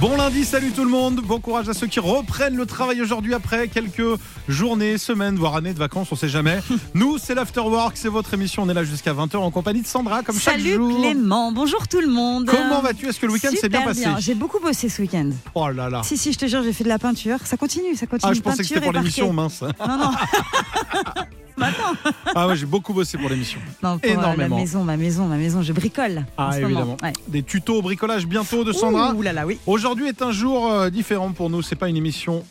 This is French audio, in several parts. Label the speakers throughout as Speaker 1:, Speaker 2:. Speaker 1: Bon lundi, salut tout le monde. Bon courage à ceux qui reprennent le travail aujourd'hui après quelques journées, semaines, voire années de vacances, on sait jamais. Nous, c'est l'Afterwork, c'est votre émission. On est là jusqu'à 20h en compagnie de Sandra, comme chaque
Speaker 2: Salut
Speaker 1: jour.
Speaker 2: Clément, bonjour tout le monde.
Speaker 1: Comment vas-tu Est-ce que le week-end s'est bien passé
Speaker 2: Super J'ai beaucoup bossé ce week-end.
Speaker 1: Oh là là.
Speaker 2: Si, si, je te jure, j'ai fait de la peinture. Ça continue, ça continue.
Speaker 1: Ah, je pensais que c'était pour
Speaker 2: Peinture et
Speaker 1: l'émission, mince.
Speaker 2: parquet. Non, non,
Speaker 1: Ah ouais, j'ai beaucoup bossé pour l'émission.
Speaker 2: non pour euh,
Speaker 1: Énormément.
Speaker 2: la maison, ma maison, ma maison, je bricole. en
Speaker 1: Ah,
Speaker 2: ce moment.
Speaker 1: évidemment.
Speaker 2: Ouais.
Speaker 1: Des tutos au bricolage bientôt de Sandra.
Speaker 2: Ouh là là, oui.
Speaker 1: Aujourd'hui est un jour euh, différent pour nous. C'est pas une émission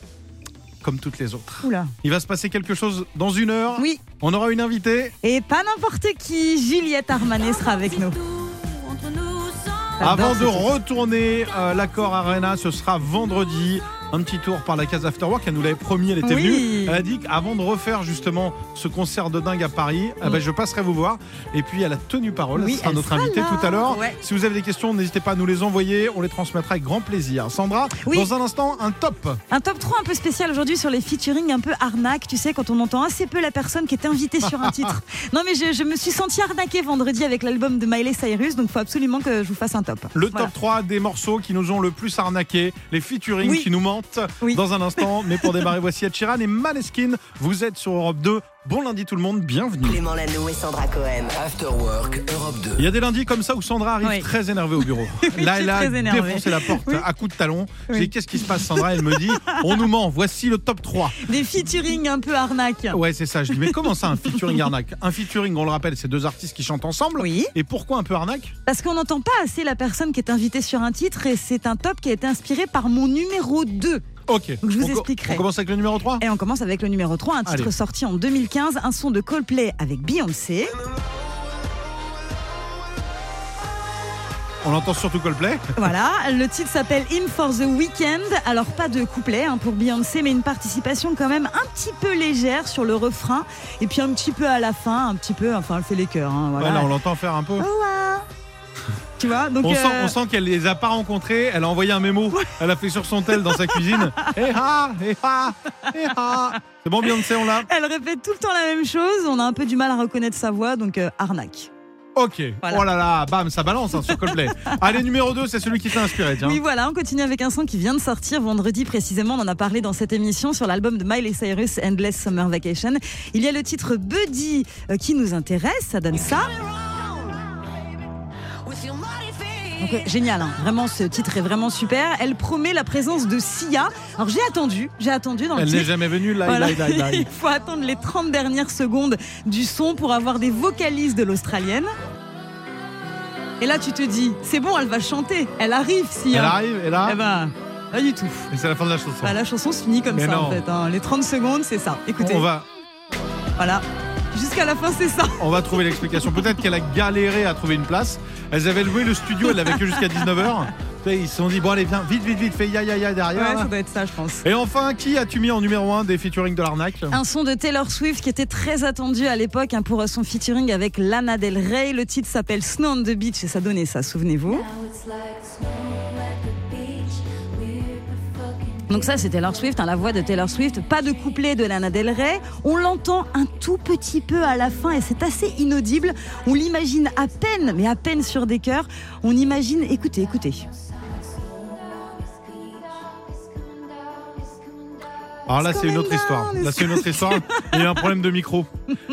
Speaker 1: comme toutes les autres.
Speaker 2: Ouh là.
Speaker 1: Il va se passer quelque chose dans une heure.
Speaker 2: Oui,
Speaker 1: On aura une invitée.
Speaker 2: et pas n'importe qui, Juliette Armanet sera avec nous. J'adore
Speaker 1: Avant
Speaker 2: ce
Speaker 1: de
Speaker 2: titre.
Speaker 1: retourner euh, l'accord Arena, ce sera vendredi. Un petit tour par la case Afterwork. Elle nous l'avait promis, elle était
Speaker 2: Oui.
Speaker 1: venue. Elle a dit qu'avant de refaire justement ce concert de dingue à Paris, eh ben, je passerai vous voir. Et puis elle a tenu parole.
Speaker 2: Oui,
Speaker 1: ce sera
Speaker 2: elle
Speaker 1: notre
Speaker 2: sera
Speaker 1: invitée
Speaker 2: là.
Speaker 1: tout à l'heure.
Speaker 2: Ouais.
Speaker 1: Si vous avez des questions, n'hésitez pas à nous les envoyer. On les transmettra avec grand plaisir. Sandra,
Speaker 2: Oui.
Speaker 1: dans un instant, un top.
Speaker 2: Un top 3 un peu spécial aujourd'hui sur les featuring un peu arnaque, tu sais, quand on entend assez peu la personne qui est invitée sur un titre. Non mais je, je me suis sentie arnaquée vendredi avec l'album de Miley Cyrus, donc faut absolument que je vous fasse un top.
Speaker 1: Le
Speaker 2: Voilà.
Speaker 1: top 3 des morceaux qui nous ont le plus arnaqué, les featuring
Speaker 2: Oui.
Speaker 1: qui nous mentent
Speaker 2: Oui.
Speaker 1: dans un instant. Mais pour démarrer, voici Ed Sheeran et Maneskin. Vous êtes sur Europe 2. Bon lundi tout le monde, bienvenue.
Speaker 3: Clément Lano et Sandra Cohen.
Speaker 4: After Work Europe 2.
Speaker 1: Il y a des lundis comme ça où Sandra arrive
Speaker 2: Oui.
Speaker 1: très énervée au bureau. Là,
Speaker 2: je suis
Speaker 1: elle a
Speaker 2: très énervée.
Speaker 1: défoncé la porte
Speaker 2: Oui.
Speaker 1: à coups de talon. J'ai
Speaker 2: Oui.
Speaker 1: dit Qu'est-ce qui se passe, Sandra Elle me dit On nous ment, voici le top 3.
Speaker 2: Des featuring un peu arnaque.
Speaker 1: Ouais, c'est ça. Je dis Mais comment ça, un featuring arnaque Un featuring, on le rappelle, c'est deux artistes qui chantent ensemble.
Speaker 2: Oui.
Speaker 1: Et pourquoi un peu arnaque
Speaker 2: Parce qu'on n'entend pas assez la personne qui est invitée sur un titre et c'est un top qui a été inspiré par mon numéro 2.
Speaker 1: Ok.
Speaker 2: Donc, je vous
Speaker 1: on co-
Speaker 2: expliquerai.
Speaker 1: On commence avec le numéro 3
Speaker 2: Et on commence avec le numéro 3, un titre
Speaker 1: Allez.
Speaker 2: sorti en 2015, un son de Coldplay avec Beyoncé.
Speaker 1: On entend surtout Coldplay.
Speaker 2: Voilà, le titre s'appelle Him for the Weekend. Alors pas de couplet hein, pour Beyoncé, mais une participation quand même un petit peu légère sur le refrain. Et puis un petit peu à la fin, un petit peu, enfin elle fait les chœurs. hein, voilà.
Speaker 1: Ouais, là, on l'entend faire un peu.
Speaker 2: Oh, ah. Tu vois, donc...
Speaker 1: On sent,
Speaker 2: euh,
Speaker 1: on sent qu'elle les a pas rencontrés. Elle a envoyé un mémo. Elle a fait sur son tel dans sa cuisine. Eh ah, eh ah, eh ah. C'est bon, Beyoncé, on l'a.
Speaker 2: Elle répète tout le temps la même chose, on a un peu du mal à reconnaître sa voix, donc euh, arnaque.
Speaker 1: Ok.
Speaker 2: Voilà.
Speaker 1: Oh là là, bam, ça balance hein, sur Coldplay. Allez, numéro 2, c'est celui qui t'a inspiré, tiens.
Speaker 2: Oui, voilà, on continue avec un son qui vient de sortir vendredi précisément. On en a parlé dans cette émission sur l'album de Miley Cyrus, Endless Summer Vacation. Il y a le titre Buddy euh, qui nous intéresse, ça donne ça. Donc, euh, génial, hein. vraiment ce titre est vraiment super. Elle promet la présence de Sia. Alors j'ai attendu, j'ai attendu dans le
Speaker 1: Elle n'est
Speaker 2: titre.
Speaker 1: jamais venue, là,
Speaker 2: Voilà.
Speaker 1: là, là, là.
Speaker 2: Il faut attendre les 30 dernières secondes du son pour avoir des vocalises de l'Australienne. Et là, tu te dis, c'est bon, elle va chanter. Elle arrive,
Speaker 1: Elle
Speaker 2: Sia.
Speaker 1: arrive, et là,
Speaker 2: Eh ben, pas du tout.
Speaker 1: et c'est la fin de la chanson.
Speaker 2: Bah, la chanson se finit comme
Speaker 1: Mais
Speaker 2: ça
Speaker 1: non.
Speaker 2: en fait. hein. Les 30 secondes, c'est ça. Écoutez,
Speaker 1: On va,
Speaker 2: voilà. Jusqu'à la fin, c'est ça.
Speaker 1: on va trouver l'explication. Peut-être qu'elle a galéré à trouver une place. Elles avaient loué le studio, elle l'avait que jusqu'à 19h. Ils se sont dit, bon, allez, viens, vite, vite, vite, fais ya, ya, ya derrière.
Speaker 2: Ouais,
Speaker 1: là.
Speaker 2: ça doit être ça, je pense.
Speaker 1: Et enfin, qui as-tu mis en numéro 1 des featuring de l'arnaque
Speaker 2: Un son de Taylor Swift qui était très attendu à l'époque hein, pour son featuring avec Lana Del Rey. Le titre s'appelle Snow on the Beach et ça donnait ça, souvenez-vous. Donc ça, c'est Taylor Swift, hein, la voix de Taylor Swift. Pas de couplet de Lana Del Rey. On l'entend un tout petit peu à la fin et c'est assez inaudible. On l'imagine à peine, mais à peine sur des cœurs. On imagine, écoutez, écoutez.
Speaker 1: Alors Ah, là, c'est une autre
Speaker 2: Scandale,
Speaker 1: histoire. Là,
Speaker 2: mais
Speaker 1: c'est une autre histoire. Il y a eu un problème de micro.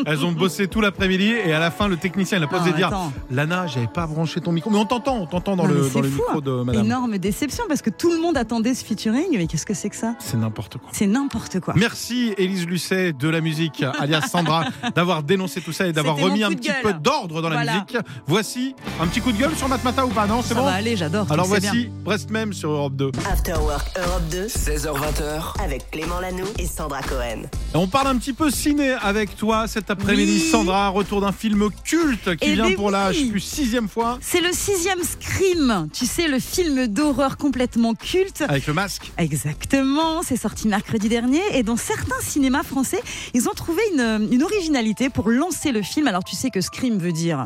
Speaker 1: Elles ont bossé tout l'après-midi et à la fin, le technicien, il a posé
Speaker 2: Non,
Speaker 1: dire
Speaker 2: attends.
Speaker 1: Lana, j'avais pas branché ton micro. Mais on t'entend, on t'entend dans
Speaker 2: Non,
Speaker 1: le,
Speaker 2: mais
Speaker 1: dans
Speaker 2: c'est
Speaker 1: le
Speaker 2: fou,
Speaker 1: micro
Speaker 2: hein.
Speaker 1: de madame.
Speaker 2: Énorme déception parce que tout le monde attendait ce featuring, mais qu'est-ce que c'est que ça
Speaker 1: C'est n'importe quoi.
Speaker 2: C'est n'importe quoi.
Speaker 1: Merci Élise Lucet de la musique, alias Sandra, d'avoir dénoncé tout ça et d'avoir
Speaker 2: C'était mon
Speaker 1: remis un
Speaker 2: coup de
Speaker 1: petit
Speaker 2: gueule.
Speaker 1: peu d'ordre dans la
Speaker 2: Voilà.
Speaker 1: musique. Voici un petit coup de gueule sur Matmata ou pas Non, c'est
Speaker 2: ça
Speaker 1: bon
Speaker 2: va aller, j'adore.
Speaker 1: Alors
Speaker 2: tu le sais
Speaker 1: voici Brest même sur Europe 2.
Speaker 3: After Work Europe 2
Speaker 4: 16h20h.
Speaker 3: avec Clément Lano et Sandra Cohen.
Speaker 1: Et on parle un petit peu ciné avec toi cet après-midi,
Speaker 2: Oui.
Speaker 1: Sandra. Retour d'un film culte qui
Speaker 2: Eh
Speaker 1: vient
Speaker 2: ben
Speaker 1: pour la
Speaker 2: oui.
Speaker 1: je sais plus, sixième fois
Speaker 2: C'est le sixième Scream, tu sais, le film d'horreur complètement culte.
Speaker 1: avec le masque.
Speaker 2: Exactement, c'est sorti mercredi dernier et dans certains cinémas français, ils ont trouvé une, une originalité pour lancer le film. Alors tu sais que Scream veut dire... euh,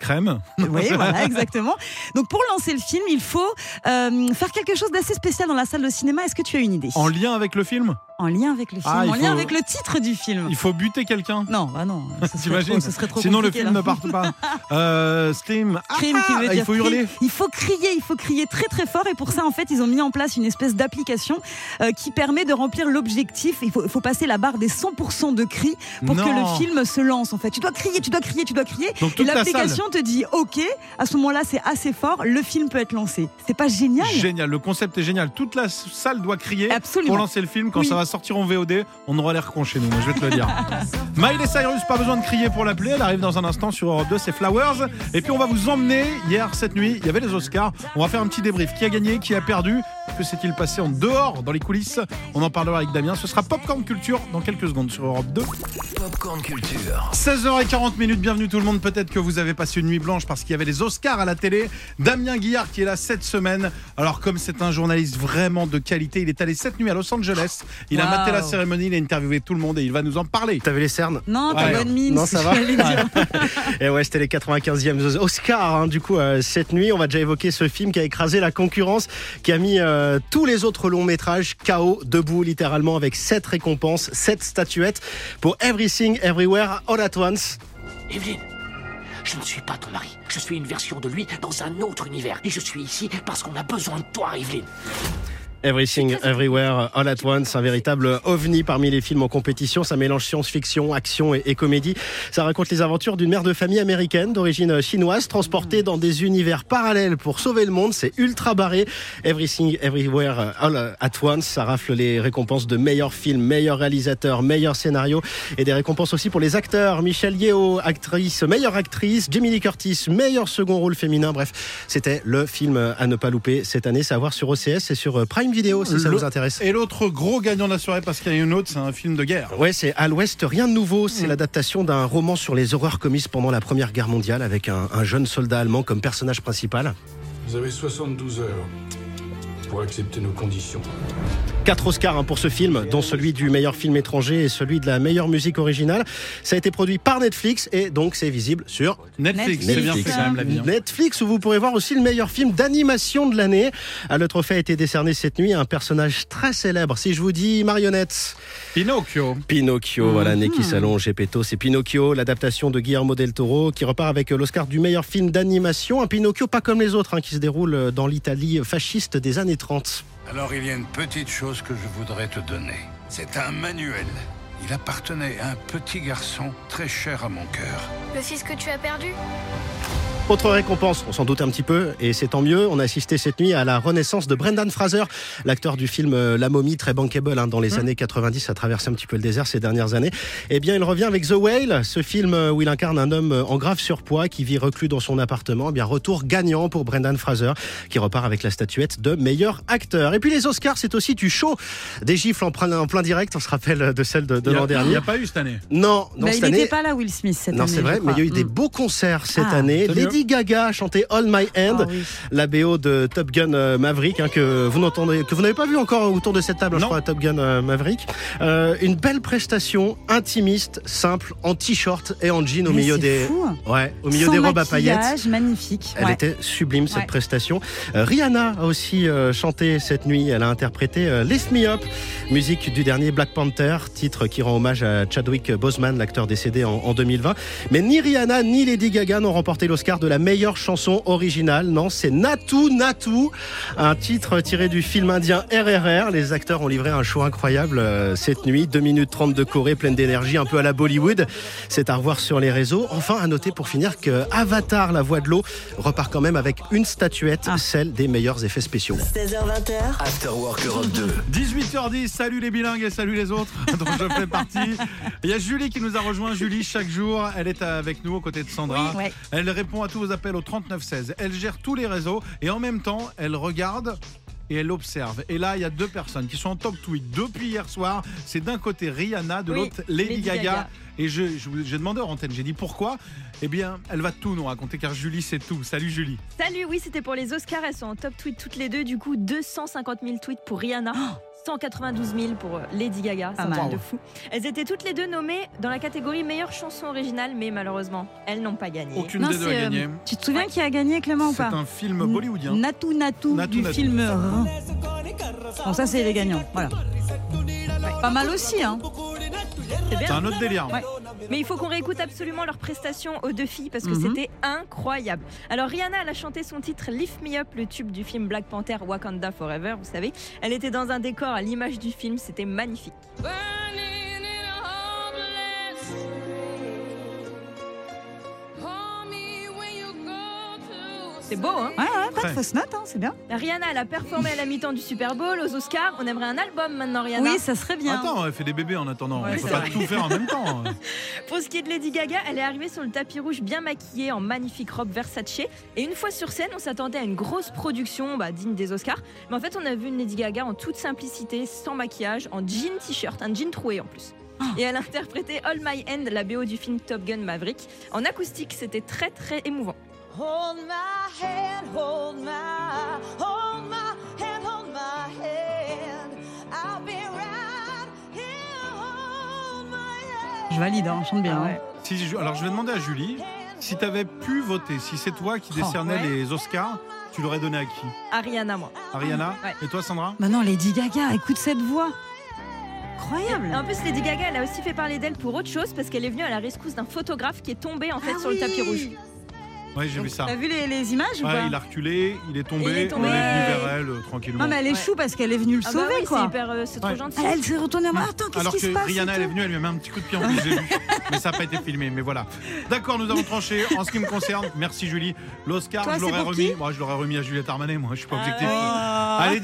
Speaker 1: Crème.
Speaker 2: Oui, voilà, exactement. Donc pour lancer le film, il faut euh, faire quelque chose d'assez spécial dans la salle de cinéma. Est-ce que tu as une idée
Speaker 1: En lien avec le film
Speaker 2: En en lien avec le film,
Speaker 1: Ah, il
Speaker 2: en lien
Speaker 1: faut-
Speaker 2: avec le titre du film.
Speaker 1: Il faut buter quelqu'un.
Speaker 2: Non, bah non, ce serait,
Speaker 1: T'imagines
Speaker 2: trop, ce serait trop
Speaker 1: Sinon le
Speaker 2: compliqué,
Speaker 1: film
Speaker 2: là.
Speaker 1: ne part pas. Euh, Scream. Ah,
Speaker 2: Crime qui veut
Speaker 1: ah,
Speaker 2: dire
Speaker 1: Il faut
Speaker 2: cri.
Speaker 1: hurler.
Speaker 2: Il faut crier, il faut crier très très fort. Et pour ça, en fait, ils ont mis en place une espèce d'application euh, qui permet de remplir l'objectif. Il faut, il faut passer la barre des 100% de cris pour que
Speaker 1: Non.
Speaker 2: le film se lance. En fait, tu dois crier, tu dois crier, tu dois crier.
Speaker 1: Donc
Speaker 2: Et
Speaker 1: toute la salle.
Speaker 2: l'application te dit OK. À ce moment-là, c'est assez fort. Le film peut être lancé. C'est pas génial
Speaker 1: Génial, le concept est génial. Toute la salle doit crier
Speaker 2: Absolument.
Speaker 1: pour lancer le film. Quand
Speaker 2: Oui.
Speaker 1: ça va sortir en VOD, on aura l'air con chez nous, moi, je vais te le dire. Miley Cyrus, pas besoin de crier pour l'appeler. Elle arrive dans un instant sur Europe 2, c'est Flowers. Et puis on va vous emmener hier, cette nuit, il y avait les Oscars. On va faire un petit débrief. Qui a gagné, qui a perdu Que s'est-il passé en dehors, dans les coulisses On en parlera avec Damien. Ce sera Popcorn Culture dans quelques secondes sur Europe 2.
Speaker 4: Popcorn Culture.
Speaker 1: 16h40 minutes, bienvenue tout le monde. Peut-être que vous avez passé une nuit blanche parce qu'il y avait les Oscars à la télé. Damien Guillard qui est là cette semaine. Alors comme c'est un journaliste vraiment de qualité, il est allé cette nuit à Los Angeles. Il a
Speaker 2: Wow.
Speaker 1: maté la cérémonie, il a interviewé tout le monde et il va nous en parler.
Speaker 5: T'avais les cernes
Speaker 2: Non, t'as
Speaker 1: Ouais.
Speaker 2: bonne mine.
Speaker 5: Non,
Speaker 2: c'est
Speaker 5: ça
Speaker 2: ce que
Speaker 5: va.
Speaker 2: j'allais dire. Bah,
Speaker 5: Et ouais, c'était les 95e Oscars, hein, du coup, euh, cette nuit. On va déjà évoquer ce film qui a écrasé la concurrence, qui a mis euh, tous les autres longs métrages KO, debout, littéralement, avec 7 récompenses, 7 statuettes pour Everything, Everywhere, All at Once.
Speaker 6: Evelyne, je ne suis pas ton mari. Je suis une version de lui dans un autre univers. Et je suis ici parce qu'on a besoin de toi, Evelyne.
Speaker 5: Everything, Everywhere, All at Once, un véritable ovni parmi les films en compétition. Ça mélange science-fiction, action et, et comédie. Ça raconte les aventures d'une mère de famille américaine d'origine chinoise transportée dans des univers parallèles pour sauver le monde. C'est ultra barré. Everything, Everywhere, All Euh, at Once, ça rafle les récompenses de meilleur film, meilleur réalisateur, meilleur scénario et des récompenses aussi pour les acteurs. Michel Yeo, actrice, meilleure actrice, Jamie Lee Curtis, meilleur second rôle féminin. Bref, c'était le film à ne pas louper cette année. C'est à voir sur OCS et sur euh, Prime Video si ça
Speaker 1: Le-
Speaker 5: vous intéresse.
Speaker 1: Et l'autre gros gagnant de la soirée parce qu'il y en a une autre, c'est un film de guerre.
Speaker 5: Ouais, c'est à l'Ouest, rien de nouveau. C'est l'adaptation d'un roman sur les horreurs commises pendant la Première Guerre mondiale avec un, un jeune soldat allemand comme personnage principal.
Speaker 7: Vous avez 72 heures pour accepter nos conditions.
Speaker 5: Quatre Oscars hein, pour ce film, dont celui du meilleur film étranger et celui de la meilleure musique originale. Ça a été produit par Netflix et donc c'est visible sur
Speaker 1: Netflix,
Speaker 2: Netflix.
Speaker 1: c'est bien fait quand même la vie. hein.
Speaker 5: Netflix où vous pourrez voir aussi le meilleur film d'animation de l'année. Ah, Le trophée a été décerné cette nuit à un personnage très célèbre. Si je vous dis marionnette,
Speaker 1: Pinocchio.
Speaker 5: Pinocchio, voilà, nez qui s'allonge et péto, c'est Pinocchio, l'adaptation de Guillermo del Toro qui repart avec euh, l'Oscar du meilleur film d'animation. Un Pinocchio pas comme les autres hein, qui se déroule euh, dans l'Italie fasciste des années 30.
Speaker 8: Alors il y a une petite chose que je voudrais te donner. C'est un manuel. Il appartenait à un petit garçon très cher à mon cœur.
Speaker 9: Le fils que tu as perdu
Speaker 5: Autre récompense, on s'en doute un petit peu, et c'est tant mieux. On a assisté cette nuit à la renaissance de Brendan Fraser, l'acteur du film euh, La momie, très bankable hein, dans
Speaker 1: Mmh.
Speaker 5: les années 90, a traversé un petit peu le désert ces dernières années. Eh bien, il revient avec The Whale, ce film euh, où il incarne un homme euh, en grave surpoids qui vit reclus dans son appartement. Eh bien, retour gagnant pour Brendan Fraser, qui repart avec la statuette de meilleur acteur. Et puis les Oscars, c'est aussi du show, des gifles en plein, en plein direct. On se rappelle euh, de celle de, de
Speaker 1: Il y a-
Speaker 5: l'an
Speaker 1: Il n'y
Speaker 5: dernier.
Speaker 1: a pas eu cette année.
Speaker 5: Non, non,
Speaker 2: Bah, il
Speaker 5: cette
Speaker 2: n'était
Speaker 5: année.
Speaker 2: pas là, Will Smith. Cette
Speaker 5: Non,
Speaker 2: année,
Speaker 5: c'est vrai,
Speaker 2: je
Speaker 5: mais il y a eu
Speaker 2: crois.
Speaker 5: des
Speaker 2: Mm.
Speaker 5: beaux concerts cette
Speaker 2: Ah,
Speaker 5: année.
Speaker 1: tant mieux.
Speaker 5: Lady Gaga a chanté All My Hand,
Speaker 2: Ah oui.
Speaker 5: la BO de Top Gun euh, Maverick, hein, que vous n'entendez, que vous n'avez pas vu encore autour de cette table, hein, je
Speaker 1: Non.
Speaker 5: crois, Top Gun euh, Maverick. Euh, une belle prestation, intimiste, simple, en t-shirt et en jean au
Speaker 2: Mais
Speaker 5: milieu
Speaker 2: c'est
Speaker 5: des,
Speaker 2: fou.
Speaker 5: ouais, au milieu
Speaker 2: Sans
Speaker 5: des robes à paillettes.
Speaker 2: maquillage, magnifique.
Speaker 5: Elle
Speaker 2: Ouais.
Speaker 5: était sublime cette
Speaker 2: Ouais.
Speaker 5: prestation. Euh, Rihanna a aussi euh, chanté cette nuit. Elle a interprété euh, Lift Me Up, musique du dernier Black Panther, titre qui rend hommage à Chadwick Boseman, l'acteur décédé en, en 2020. Mais ni Rihanna ni Lady Gaga n'ont remporté l'Oscar de la meilleure chanson originale. Non, c'est Natu Natu, un titre tiré du film indien RRR. Les acteurs ont livré un show incroyable euh, cette nuit. 2 minutes 30 de Corée, pleine d'énergie, un peu à la Bollywood. C'est à revoir sur les réseaux. Enfin, à noter pour finir que Avatar, la voix de l'eau, repart quand même avec une statuette,
Speaker 2: Ah.
Speaker 5: celle des meilleurs effets spéciaux.
Speaker 3: 16h20h,
Speaker 4: After Work Europe 2.
Speaker 1: 18h10, salut les bilingues et salut les autres dont je fais partie. Il y a Julie qui nous a rejoint. Julie, chaque jour, elle est avec nous aux côtés de Sandra.
Speaker 2: Oui, ouais.
Speaker 1: Elle répond à tous vos appels au 3916. Elle gère tous les réseaux et en même temps, elle regarde et elle observe. Et là, il y a deux personnes qui sont en top tweet depuis hier soir. C'est d'un côté Rihanna, de
Speaker 10: Oui,
Speaker 1: l'autre Lady,
Speaker 10: Lady
Speaker 1: Gaga.
Speaker 10: Gaga.
Speaker 1: Et je, je vous- j'ai demandé en antenne, j'ai dit pourquoi Eh bien, elle va tout nous raconter car Julie, c'est tout. Salut Julie.
Speaker 10: Salut, oui, c'était pour les Oscars. Elles sont en top tweet toutes les deux. Du coup, 250 000 tweets pour Rihanna.
Speaker 6: Oh
Speaker 10: 192 000 pour euh, Lady Gaga, c'est
Speaker 2: Pas
Speaker 10: un
Speaker 2: mal.
Speaker 10: truc de fou. Elles étaient toutes les deux nommées dans la catégorie meilleure chanson originale, mais malheureusement, elles n'ont pas gagné.
Speaker 1: Aucune
Speaker 2: Non,
Speaker 1: des deux
Speaker 2: c'est,
Speaker 1: a
Speaker 2: euh,
Speaker 1: gagné.
Speaker 2: Tu te souviens qui a gagné, Clément, ou
Speaker 1: C'est
Speaker 2: pas
Speaker 1: un film bollywoodien.
Speaker 2: Natu Natu,
Speaker 1: Natu
Speaker 2: du
Speaker 1: Natu.
Speaker 2: film Rhin. Bon, ça, c'est les gagnants. Voilà. Pas mal aussi, hein.
Speaker 10: C'est bien.
Speaker 1: C'est un autre délire.
Speaker 10: Ouais. Mais il faut qu'on réécoute absolument leurs prestations aux deux filles parce que
Speaker 2: Mhm.
Speaker 10: c'était incroyable. Alors Rihanna, elle a chanté son titre Lift Me Up, le tube du film Black Panther Wakanda Forever, vous savez. Elle était dans un décor à l'image du film, c'était magnifique. C'est beau, hein
Speaker 2: Ouais, ouais, pas
Speaker 1: Très.
Speaker 2: de fausse note, hein, c'est bien.
Speaker 10: Rihanna, elle a performé à la mi-temps du Super Bowl, aux Oscars. On aimerait un album maintenant, Rihanna.
Speaker 2: Oui, ça serait bien.
Speaker 1: Attends, elle fait des bébés en attendant.
Speaker 2: Ouais,
Speaker 1: on peut
Speaker 2: c'est
Speaker 1: pas
Speaker 2: vrai.
Speaker 1: tout faire en même temps.
Speaker 10: Pour ce qui est de Lady Gaga, elle est arrivée sur le tapis rouge bien maquillée en magnifique robe Versace. Et une fois sur scène, on s'attendait à une grosse production bah, digne des Oscars. Mais en fait, on a vu une Lady Gaga en toute simplicité, sans maquillage, en jean t-shirt, un jean troué en plus. Et elle a interprété All My End, la BO du film Top Gun Maverick. En acoustique, c'était très très émouvant.
Speaker 2: Je valide, hein, chante
Speaker 10: Ah
Speaker 2: bien. hein.
Speaker 1: Si je- alors je vais demander à Julie si t'avais pu voter, si c'est toi
Speaker 2: Oh,
Speaker 1: qui décernais
Speaker 10: ouais.
Speaker 1: les Oscars, tu l'aurais donné à qui
Speaker 10: Ariana, moi.
Speaker 1: Ariana
Speaker 10: Ouais.
Speaker 1: Et toi Sandra
Speaker 2: Maintenant, Lady Gaga, écoute cette voix. Incroyable.
Speaker 10: Et En plus, Lady Gaga, elle a aussi fait parler d'elle pour autre chose parce qu'elle est venue à la rescousse d'un photographe qui est tombé en fait
Speaker 2: Ah
Speaker 10: sur le
Speaker 2: oui.
Speaker 10: tapis rouge.
Speaker 1: Oui, j'ai vu ça.
Speaker 2: T'as vu les, les images ou
Speaker 1: Ouais,
Speaker 2: pas
Speaker 1: il a reculé, il est tombé,
Speaker 10: Il est tombé.
Speaker 1: on est venu
Speaker 2: Ouais.
Speaker 1: vers elle euh, tranquillement.
Speaker 2: Non, mais elle est
Speaker 10: Ouais.
Speaker 2: chou parce qu'elle est venue le
Speaker 10: Ah bah
Speaker 2: sauver,
Speaker 10: oui, c'est
Speaker 2: quoi.
Speaker 10: hyper, euh, c'est trop
Speaker 1: Ouais.
Speaker 10: gentil.
Speaker 2: Elle, Ah, elle s'est retournée en mode Attends, qu'est-ce
Speaker 1: Alors
Speaker 2: qui
Speaker 1: que
Speaker 2: se passe
Speaker 1: Rihanna,
Speaker 2: et
Speaker 1: elle est
Speaker 2: tout
Speaker 1: venue, elle lui a mis un petit coup de pied en plus, j'ai vu. Mais ça n'a pas été filmé, mais voilà. D'accord, nous avons tranché. En ce qui me concerne, merci Julie. L'Oscar,
Speaker 2: Toi,
Speaker 1: je
Speaker 2: c'est
Speaker 1: l'aurais
Speaker 2: pour
Speaker 1: remis.
Speaker 2: qui
Speaker 1: Moi, je l'aurais remis à Juliette Armanet, moi, je suis pas
Speaker 10: Ah
Speaker 1: objectif.
Speaker 10: ouais.
Speaker 1: Allez,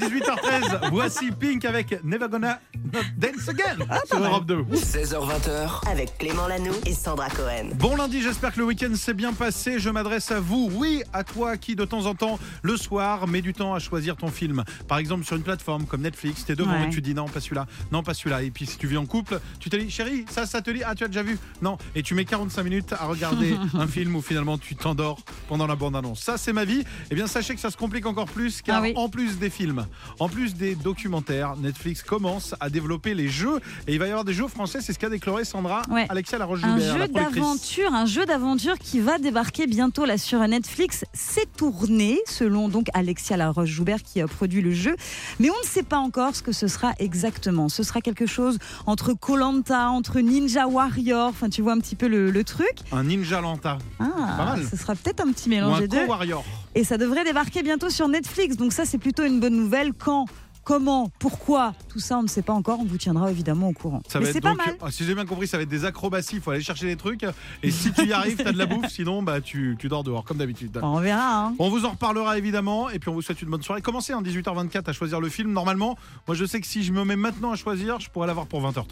Speaker 1: 18h13, voici Pink avec Never Gonna Not Dance Again
Speaker 2: Ah,
Speaker 1: sur Europe 2.
Speaker 4: 16h20h,
Speaker 3: Avec Clément Lanoux et Sandra Cohen.
Speaker 1: Bon lundi, j'espère que le week-end s'est bien passé. Je m'adresse à vous, oui, à toi qui de temps en temps, le soir, mets du temps à choisir ton film. Par exemple sur une plateforme comme Netflix, t'es devant
Speaker 2: Ouais.
Speaker 1: et tu dis non, pas celui-là, non, pas celui-là. Et puis si tu vis en couple, tu te dis chérie, ça, ça te dit, ah tu as déjà vu Non. Et tu mets 45 minutes à regarder un film où finalement tu t'endors pendant la bande-annonce. Ça, c'est ma vie. Eh bien, sachez que ça se complique encore plus car
Speaker 2: Ah oui.
Speaker 1: en plus des films, en plus des documentaires, Netflix commence à développer les jeux et il va y avoir des jeux français. C'est ce qu'a déclaré Sandra
Speaker 2: Ouais.
Speaker 1: Alexia
Speaker 2: un
Speaker 1: Laroche-Joubert, la
Speaker 2: jeu
Speaker 1: productrice.
Speaker 2: d'aventure, un jeu d'aventure qui va débarquer bientôt là sur Netflix. C'est tourné selon donc Alexia Laroche Joubert qui a produit le jeu, mais on ne sait pas encore ce que ce sera exactement. Ce sera quelque chose entre Colanta, entre Ninja Warrior, enfin tu vois un petit peu le, le truc.
Speaker 1: un Ninja Lanta pas
Speaker 2: Ah,
Speaker 1: mal.
Speaker 2: ce sera peut-être un petit
Speaker 1: ou
Speaker 2: mélange
Speaker 1: un
Speaker 2: des deux.
Speaker 1: Co-Warrior.
Speaker 2: Et ça devrait débarquer bientôt sur Netflix. Donc ça, c'est plutôt une bonne nouvelle. Quand Comment Pourquoi Tout ça, on ne sait pas encore. On vous tiendra évidemment au courant.
Speaker 1: Ça va
Speaker 2: Mais
Speaker 1: être
Speaker 2: c'est pas
Speaker 1: donc-
Speaker 2: mal.
Speaker 1: Ah, si j'ai bien compris, ça va être des acrobaties. Il faut aller chercher des trucs. Et si tu y arrives, t'as de la bouffe. Sinon, bah, tu, tu dors dehors, comme d'habitude.
Speaker 2: On verra. Hein.
Speaker 1: On vous en reparlera évidemment. Et puis, on vous souhaite une bonne soirée. Commencez hein, en 18h24 à choisir le film. Normalement, moi, je sais que si je me mets maintenant à choisir, je pourrais l'avoir pour 20h30.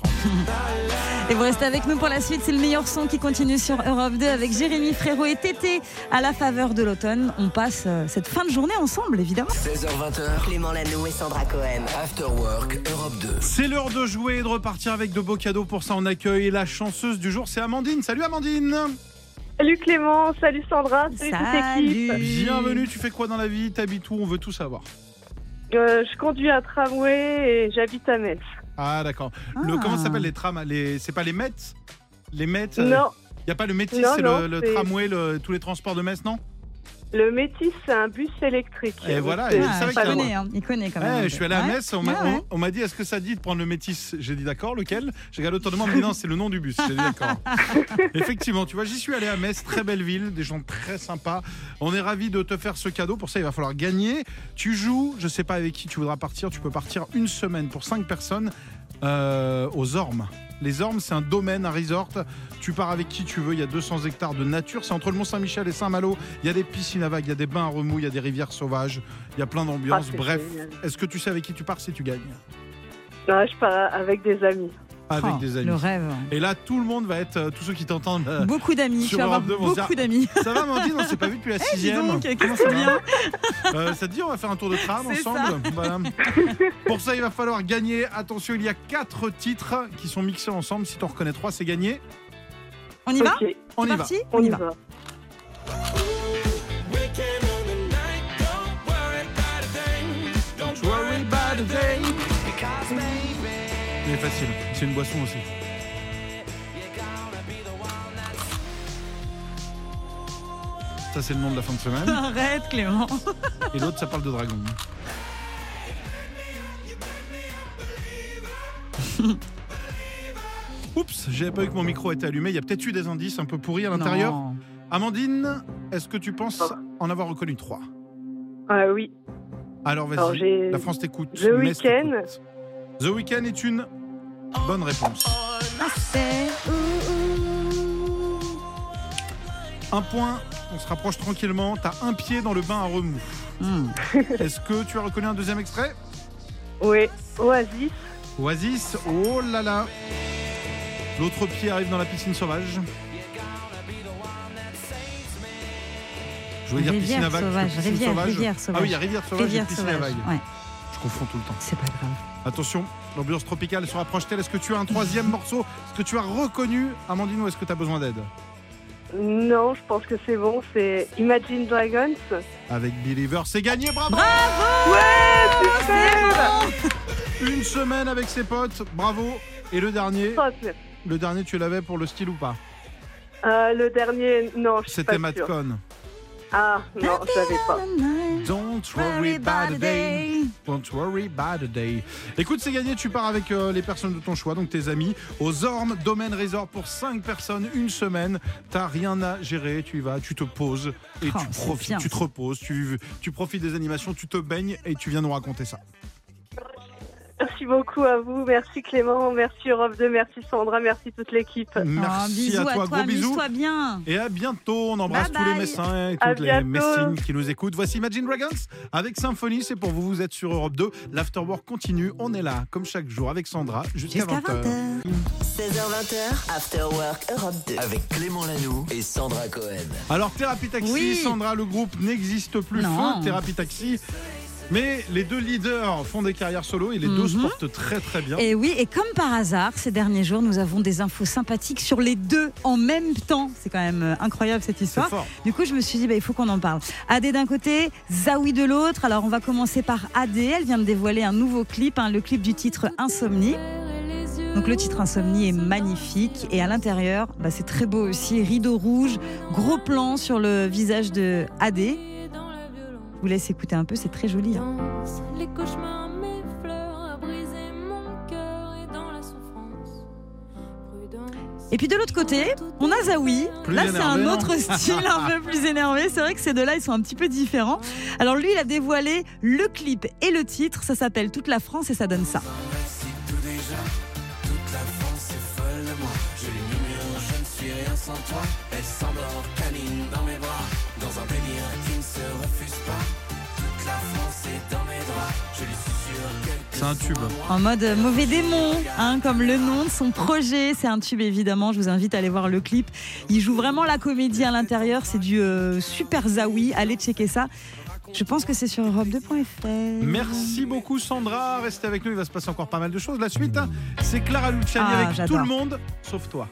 Speaker 2: Et vous restez avec nous pour la suite. C'est le meilleur son qui continue sur Europe 2 avec Jérémy Frérot et Tété. À la faveur de l'automne, on passe euh, cette fin de journée ensemble, évidemment.
Speaker 4: 16h20h,
Speaker 3: Clément Lanoux et Sandra Cohen.
Speaker 4: After Work Europe 2.
Speaker 1: C'est l'heure de jouer et de repartir avec de beaux cadeaux. Pour ça, on accueille la chanceuse du jour. C'est Amandine. Salut, Amandine.
Speaker 9: Salut Clément, salut Sandra, salut, toute l'équipe.
Speaker 2: Salut.
Speaker 1: Bienvenue. Tu fais quoi dans la vie T'habites où On veut tout savoir.
Speaker 9: Euh, je conduis un tramway et j'habite à Metz.
Speaker 1: Ah, d'accord. Le
Speaker 2: Ah.
Speaker 1: Comment ça s'appelle les trams les... C'est pas les Mets Les Mets euh,
Speaker 9: Non,
Speaker 1: Il n'y a pas le métis,
Speaker 9: Non,
Speaker 1: c'est
Speaker 9: non,
Speaker 1: le, le
Speaker 9: c'est-
Speaker 1: tramway, le- tous les transports de Metz, non
Speaker 9: le métis, c'est un bus électrique.
Speaker 1: Et voilà,
Speaker 9: C'est
Speaker 1: et je
Speaker 2: Ah,
Speaker 1: savais
Speaker 2: il
Speaker 1: que t'allais
Speaker 2: connaît, hein. il connaît quand même.
Speaker 1: Eh, Je suis allé à
Speaker 2: Ouais.
Speaker 1: Metz, on m'a
Speaker 2: Ouais, ouais.
Speaker 1: on- on m'a dit est-ce que ça dit de prendre le métis J'ai dit d'accord, lequel J'ai regardé autour de moi, on m'a dit non, c'est le nom du bus. J'ai dit d'accord. Effectivement, tu vois, j'y suis allé à Metz, très belle ville, des gens très sympas. On est ravis de te faire ce cadeau, pour ça il va falloir gagner. Tu joues, je sais pas avec qui tu voudras partir, tu peux partir une semaine pour 5 personnes euh, aux Ormes. Les Ormes, c'est un domaine, un resort. Tu pars avec qui tu veux. Il y a 200 hectares de nature. C'est entre le Mont-Saint-Michel et Saint-Malo. Il y a des piscines à vagues, il y a des bains à remous, il y a des rivières sauvages. Il y a plein
Speaker 9: Ah,
Speaker 1: d'ambiance.
Speaker 9: c'est
Speaker 1: Bref,
Speaker 9: génial.
Speaker 1: est-ce que tu sais avec qui tu pars si tu gagnes
Speaker 9: Non, je pars avec des amis.
Speaker 1: Avec
Speaker 2: Oh,
Speaker 1: des
Speaker 2: Le
Speaker 1: amis.
Speaker 2: rêve.
Speaker 1: Et là, tout le monde va être, euh, tous ceux qui t'entendent. euh,
Speaker 2: Beaucoup d'amis. Tu
Speaker 1: sur
Speaker 2: vas avoir
Speaker 1: Europe 2, on se
Speaker 2: beaucoup
Speaker 1: dira-
Speaker 2: d'amis.
Speaker 1: ça va, Amandine On s'est pas vu depuis la
Speaker 2: Eh, dis
Speaker 1: sixième.
Speaker 2: donc, qu'est-ce
Speaker 1: Comment ça va Euh, Ça te dit, on va faire un tour de tram
Speaker 2: C'est
Speaker 1: ensemble Voilà. Pour ça, il va falloir gagner. Attention, il y a quatre titres qui sont mixés ensemble. Si t'en reconnais trois, c'est gagné.
Speaker 2: On y va
Speaker 9: ok,
Speaker 1: On y
Speaker 2: C'est
Speaker 1: va.
Speaker 2: parti
Speaker 9: on y va.
Speaker 1: Il est facile. C'est une boisson aussi. Ça, c'est le nom de la fin de semaine.
Speaker 2: Arrête Clément.
Speaker 1: Et l'autre, ça parle de dragon. Oups, j'avais pas vu que mon micro était allumé. Il y a peut-être eu des indices un peu pourris à l'intérieur.
Speaker 2: Non.
Speaker 1: Amandine, est-ce que tu penses en avoir reconnu trois
Speaker 9: Ah oui.
Speaker 1: Alors
Speaker 9: Alors
Speaker 1: vas-y,
Speaker 9: j'ai.
Speaker 1: la France t'écoute.
Speaker 9: The
Speaker 1: Metz
Speaker 9: Weeknd.
Speaker 1: t'écoute. The Weeknd est une bonne réponse.
Speaker 2: Ah, c'est-
Speaker 1: Un point, on se rapproche tranquillement. T'as un pied dans le bain à remous.
Speaker 2: Hmm.
Speaker 1: Est-ce que tu as reconnu un deuxième extrait
Speaker 9: Oui. Oasis.
Speaker 1: Oasis, oh là là L'autre pied arrive dans la piscine sauvage. Je voulais dire
Speaker 2: Rivière
Speaker 1: piscine à vagues.
Speaker 2: sauvage,
Speaker 1: parce que piscine
Speaker 2: rivière, rivière sauvage.
Speaker 1: Ah oui, il y a rivière sauvage et
Speaker 2: Rivière
Speaker 1: piscine à
Speaker 2: sauvage.
Speaker 1: vagues.
Speaker 2: Ouais,
Speaker 1: Je confonds tout le temps.
Speaker 2: c'est pas grave.
Speaker 1: Attention, l'ambiance tropicale se rapproche-t-elle Est-ce que tu as un troisième morceau Est-ce que tu as reconnu Amandine ou est-ce que tu as besoin d'aide
Speaker 9: Non, je pense que c'est bon. C'est Imagine Dragons.
Speaker 1: Avec Believer, c'est gagné, bravo Une semaine avec ses potes, bravo Et le dernier,
Speaker 9: Oh, c'est-
Speaker 1: le dernier tu l'avais pour le style ou pas
Speaker 9: Euh, le dernier, non, je suis
Speaker 1: C'était
Speaker 9: pas sûre.
Speaker 1: Matcon.
Speaker 9: Ah non, je savais pas.
Speaker 1: Don't worry about a day. Don't worry about a day. Écoute, c'est gagné, tu pars avec euh, les personnes de ton choix, donc tes amis, aux Ormes Domaine Resort pour 5 personnes, une semaine. T'as rien à gérer, tu y vas, tu te poses et
Speaker 2: Oh,
Speaker 1: tu
Speaker 2: c'est
Speaker 1: profites,
Speaker 2: bien.
Speaker 1: tu te reposes, tu, tu profites des animations, tu te baignes et tu viens nous raconter ça.
Speaker 9: Merci beaucoup à vous. Merci Clément. Merci Europe 2. Merci Sandra. Merci toute
Speaker 10: Ah,
Speaker 9: l'équipe.
Speaker 1: Merci
Speaker 2: bisous
Speaker 1: à toi, gros Ah, bisous.
Speaker 2: amuse-toi bien.
Speaker 1: Et à bientôt, on embrasse
Speaker 2: Bye
Speaker 1: tous les
Speaker 2: bye.
Speaker 1: Messins et
Speaker 9: À
Speaker 1: toutes les
Speaker 9: bientôt.
Speaker 1: Messines qui nous écoutent. Voici Imagine Dragons avec Symphonie, c'est pour vous, vous êtes sur Europe 2. L'Afterwork continue, on est là, comme chaque jour, avec Sandra, jusqu'à
Speaker 2: Jusqu'à
Speaker 1: 20h.
Speaker 2: 20h.
Speaker 3: 16h20, After Work Europe 2.
Speaker 4: Avec Clément Lanoux et Sandra Cohen.
Speaker 1: Alors Thérapie Taxi,
Speaker 2: Oui.
Speaker 1: Sandra, le groupe n'existe plus,
Speaker 2: Non.
Speaker 1: fin Thérapie Taxi. Mais les deux leaders font des carrières solo et les deux se
Speaker 2: Mhm.
Speaker 1: portent très très bien.
Speaker 2: Et Eh oui, et comme par hasard, ces derniers jours, nous avons des infos sympathiques sur les deux en même temps. C'est quand même euh, incroyable cette
Speaker 1: C'est
Speaker 2: histoire.
Speaker 1: fort.
Speaker 2: Du coup, je me suis dit, bah, il faut qu'on en parle. Adé d'un côté, Zawi de l'autre. Alors, on va commencer par Adé. Elle vient de dévoiler un nouveau clip, hein, le clip du titre Insomnie. Donc, le titre Insomnie est magnifique. Et à l'intérieur, bah, c'est très beau aussi. Rideau rouge, gros plan sur le visage de Adé. Je vous laisse écouter un peu, c'est très joli. hein.
Speaker 10: Les cauchemars, mes fleurs, a brisé mon cœur et dans la souffrance.
Speaker 2: Et puis de l'autre côté, on a Zawi.
Speaker 1: Plus
Speaker 2: là, c'est
Speaker 1: énervé,
Speaker 2: un
Speaker 1: non
Speaker 2: autre style un peu plus énervé. C'est vrai que ces deux-là, ils sont un petit peu différents. Alors lui, il a dévoilé le clip et le titre. Ça s'appelle Toute la France et ça donne ça.
Speaker 1: C'est un tube.
Speaker 2: En mode euh, mauvais démon, hein, comme le nom de son projet. C'est un tube évidemment. Je vous invite à aller voir le clip. Il joue vraiment la comédie à l'intérieur. C'est du euh, super Zawi. Allez checker ça. Je pense que c'est sur europe2.fr.
Speaker 1: Merci beaucoup Sandra, restez avec nous, il va se passer encore pas mal de choses. La suite, hein, c'est Clara Luciani
Speaker 2: Ah,
Speaker 1: avec Tout
Speaker 2: j'adore.
Speaker 1: le monde sauf toi.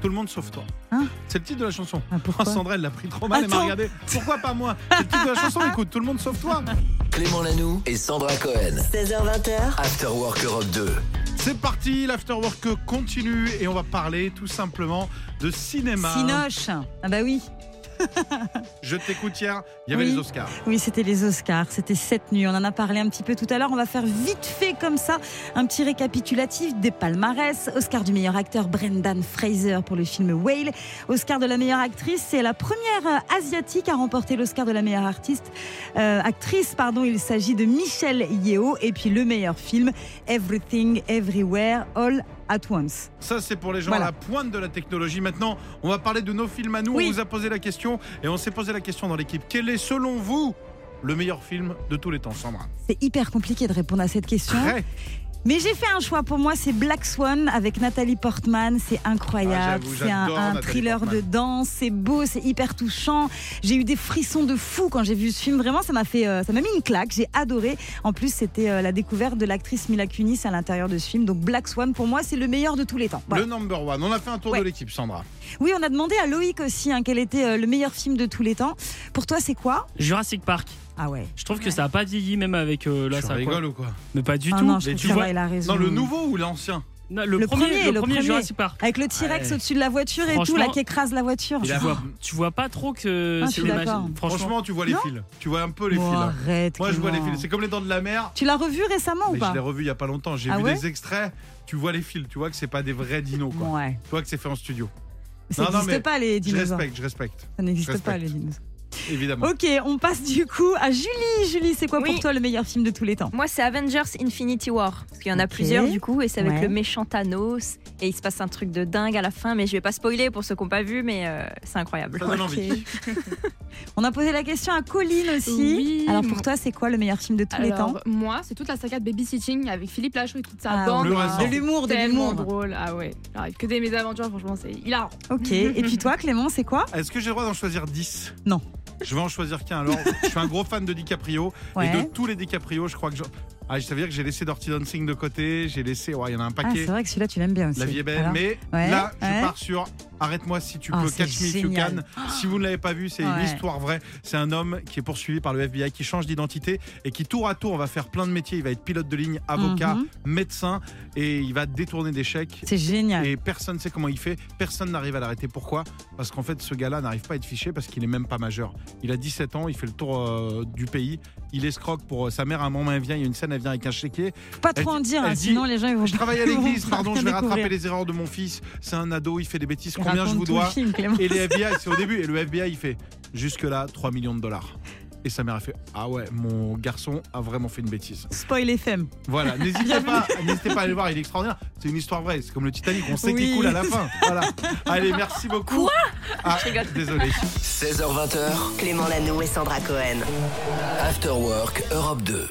Speaker 1: Tout le monde sauf toi.
Speaker 2: Hein
Speaker 1: c'est le titre de la chanson.
Speaker 2: Ah,
Speaker 1: Oh,
Speaker 2: pourquoi
Speaker 1: Sandra, elle l'a pris trop mal, elle m'a
Speaker 2: Attends.
Speaker 1: regardé. Pourquoi pas moi C'est le titre de la chanson, écoute, Tout le monde sauf toi.
Speaker 4: Clément Lanoux et Sandra Cohen.
Speaker 3: 16h20,
Speaker 4: After Work Europe 2.
Speaker 1: C'est parti, l'afterwork continue et on va parler tout simplement de cinéma.
Speaker 2: Sinoche. Ah bah oui.
Speaker 1: Je t'écoute hier, il y avait
Speaker 2: Oui.
Speaker 1: les Oscars.
Speaker 2: Oui, c'était les Oscars, c'était cette nuit. On en a parlé un petit peu tout à l'heure. On va faire vite fait comme ça un petit récapitulatif des palmarès. Oscar du meilleur acteur Brendan Fraser pour le film Whale. Oscar de la meilleure actrice, c'est la première euh, asiatique à remporter l'Oscar de la meilleure artiste euh, actrice. Pardon, il s'agit de Michelle Yeoh. Et puis le meilleur film, Everything, Everywhere, All at Once.
Speaker 1: Ça, c'est pour les gens
Speaker 2: Voilà.
Speaker 1: à la pointe de la technologie. Maintenant, on va parler de nos films à nous.
Speaker 2: Oui.
Speaker 1: On vous a posé la question et on s'est posé la question dans l'équipe. Quel est, selon vous, le meilleur film de tous les temps, Sandra
Speaker 2: C'est hyper compliqué de répondre à cette question.
Speaker 1: Très.
Speaker 2: Mais j'ai fait un choix pour moi, c'est Black Swan avec Nathalie Portman, c'est
Speaker 1: Ah,
Speaker 2: incroyable,
Speaker 1: j'avoue,
Speaker 2: c'est un,
Speaker 1: j'adore
Speaker 2: un
Speaker 1: Nathalie
Speaker 2: thriller
Speaker 1: Portman.
Speaker 2: de danse, c'est beau, c'est hyper touchant. J'ai eu des frissons de fou quand j'ai vu ce film, vraiment ça m'a fait euh, ça m'a mis une claque, j'ai adoré. En plus, c'était euh, la découverte de l'actrice Mila Kunis à l'intérieur de ce film, donc Black Swan pour moi, c'est le meilleur de tous les temps. Voilà.
Speaker 1: Le number one. On a fait un tour
Speaker 2: Ouais.
Speaker 1: de l'équipe, Sandra.
Speaker 2: Oui, on a demandé à Loïc aussi hein, quel était euh, le meilleur film de tous les temps. Pour toi, c'est quoi
Speaker 11: Jurassic Park.
Speaker 2: Ah ouais.
Speaker 11: Je trouve que ça a pas vieilli même avec euh, là
Speaker 1: tu
Speaker 11: ça.
Speaker 1: rigoles ou quoi
Speaker 11: Mais pas du
Speaker 2: Ah
Speaker 11: tout.
Speaker 2: non, je
Speaker 1: mais
Speaker 2: trouve
Speaker 1: tu
Speaker 2: ça
Speaker 11: vois-
Speaker 2: va, il a raison.
Speaker 1: Non, le nouveau ou l'ancien
Speaker 11: Non, le,
Speaker 2: Le
Speaker 11: premier,
Speaker 2: premier,
Speaker 11: le
Speaker 2: le
Speaker 11: premier
Speaker 2: premier.
Speaker 11: Jurassic Park.
Speaker 2: Avec le T-Rex
Speaker 11: Ouais.
Speaker 2: au-dessus de la voiture et tout,
Speaker 11: Franchement,
Speaker 2: là, qui écrase la voiture.
Speaker 11: Il la
Speaker 2: Oh,
Speaker 11: voit- tu vois pas trop que
Speaker 2: Ah, je
Speaker 11: c'est
Speaker 2: suis
Speaker 11: l'image-
Speaker 2: d'accord.
Speaker 11: Franchement,
Speaker 1: Franchement, tu vois les
Speaker 2: Non.
Speaker 1: fils. Tu vois un peu les
Speaker 2: Bon,
Speaker 1: fils. hein.
Speaker 2: arrête,
Speaker 1: Moi, je vois les
Speaker 2: Clément.
Speaker 1: fils. C'est comme les dents de la mer.
Speaker 2: Tu l'as revu récemment Ah, ou
Speaker 1: Mais je
Speaker 2: pas
Speaker 1: l'ai revu il y a pas longtemps. J'ai
Speaker 2: Ah
Speaker 1: vu
Speaker 2: ouais
Speaker 1: des extraits. Tu vois les fils. Tu vois que c'est pas des vrais dinos. Quoi.
Speaker 2: Ouais.
Speaker 1: Tu vois que c'est fait en studio.
Speaker 2: Ça
Speaker 1: Non, non,
Speaker 2: n'existe
Speaker 1: mais
Speaker 2: pas, les
Speaker 1: Je
Speaker 2: dinosaures.
Speaker 1: respecte, je respecte.
Speaker 2: Ça
Speaker 1: je
Speaker 2: n'existe
Speaker 1: respecte. Mm.
Speaker 2: pas, les dinosaures.
Speaker 1: Évidemment.
Speaker 2: Ok, on passe du coup à Julie. Julie, c'est quoi
Speaker 10: Oui.
Speaker 2: pour toi le meilleur film de tous les temps
Speaker 10: Moi, c'est Avengers Infinity War. Parce qu'il y en a
Speaker 2: Ok.
Speaker 10: plusieurs, du coup, et c'est avec
Speaker 2: Ouais.
Speaker 10: le méchant Thanos. Et il se passe un truc de dingue à la fin, mais je vais pas spoiler pour ceux qui n'ont pas vu, mais euh, c'est incroyable.
Speaker 1: Ça donne
Speaker 2: Ok.
Speaker 1: envie.
Speaker 2: On a posé la question à Colline aussi.
Speaker 12: Oui,
Speaker 2: Alors
Speaker 12: mon-
Speaker 2: pour toi, c'est quoi le meilleur film de tous les temps
Speaker 12: Alors, Moi, c'est toute la saga de Babysitting avec Philippe Lachaud et toute sa
Speaker 2: Ah,
Speaker 12: bande.
Speaker 1: Le hasard.
Speaker 2: De l'humour, de
Speaker 12: Tellement
Speaker 2: l'humour.
Speaker 12: drôle. Ah ouais. Alors, que des mésaventures, franchement, c'est hilarant.
Speaker 2: Ok. Et puis toi, Clément, c'est quoi
Speaker 1: Est-ce que j'ai le droit d'en choisir 10
Speaker 2: Non.
Speaker 1: Je vais en choisir qu'un alors. je suis un gros fan de DiCaprio.
Speaker 2: Ouais.
Speaker 1: Et de tous les DiCaprio, je crois que. j'en- Ah, ça veut dire que j'ai laissé Dirty Dancing de côté. J'ai laissé. Ouais, il y en a un
Speaker 2: Ah, c'est
Speaker 1: paquet.
Speaker 2: vrai que celui-là, tu l'aimes bien aussi.
Speaker 1: La vie est belle,
Speaker 2: Alors,
Speaker 1: mais
Speaker 2: Ouais,
Speaker 1: là,
Speaker 2: ouais.
Speaker 1: je pars sur Arrête-moi si tu
Speaker 2: Ah,
Speaker 1: peux,
Speaker 2: c'est
Speaker 1: Catch Me If You
Speaker 2: génial.
Speaker 1: Can. Si vous ne l'avez pas vu, c'est une
Speaker 2: Ouais.
Speaker 1: histoire vraie. C'est un homme qui est poursuivi par le FBI, qui change d'identité et qui, tour à tour, va faire plein de métiers. Il va être pilote de ligne, avocat,
Speaker 2: Mhm.
Speaker 1: médecin et il va détourner des chèques.
Speaker 2: C'est génial.
Speaker 1: Et personne ne sait comment il fait, personne n'arrive à l'arrêter. Pourquoi Parce qu'en fait, ce gars-là n'arrive pas à être fiché parce qu'il est même pas majeur. Il a 17 ans, il fait le tour euh, du pays, il escroque pour euh, sa mère. À un moment, elle vient, il y a une scène, elle vient avec un chéquier.
Speaker 2: Faut pas trop
Speaker 1: elle
Speaker 2: en
Speaker 1: dit-
Speaker 2: dire,
Speaker 1: elle
Speaker 2: hein,
Speaker 1: dit,
Speaker 2: sinon les gens ils vont.
Speaker 1: Je travaille à
Speaker 2: ils vont
Speaker 1: l'église,
Speaker 2: pas
Speaker 1: pardon,
Speaker 2: bien
Speaker 1: je vais
Speaker 2: découvrir.
Speaker 1: rattraper les erreurs de mon fils. C'est un ado, il fait des bêtises,
Speaker 2: Il
Speaker 1: combien je
Speaker 2: raconte
Speaker 1: vous
Speaker 2: tout le
Speaker 1: dois
Speaker 2: film, Clément.
Speaker 1: Et les FBI, c'est au début, et le FBI, il fait jusque-là 3 millions de dollars. Et sa mère a fait Ah ouais, mon garçon a vraiment fait une bêtise.
Speaker 2: Spoil FM.
Speaker 1: Voilà, n'hésitez pas, n'hésitez pas à aller voir, il est extraordinaire. C'est une histoire vraie, c'est comme le Titanic, on sait qu'il
Speaker 2: Oui.
Speaker 1: coule à la fin. Voilà. Allez, merci beaucoup. Quoi ah, Désolé.
Speaker 4: 16h20,
Speaker 3: Clément Lanoux et Sandra Cohen.
Speaker 4: After Work Europe 2.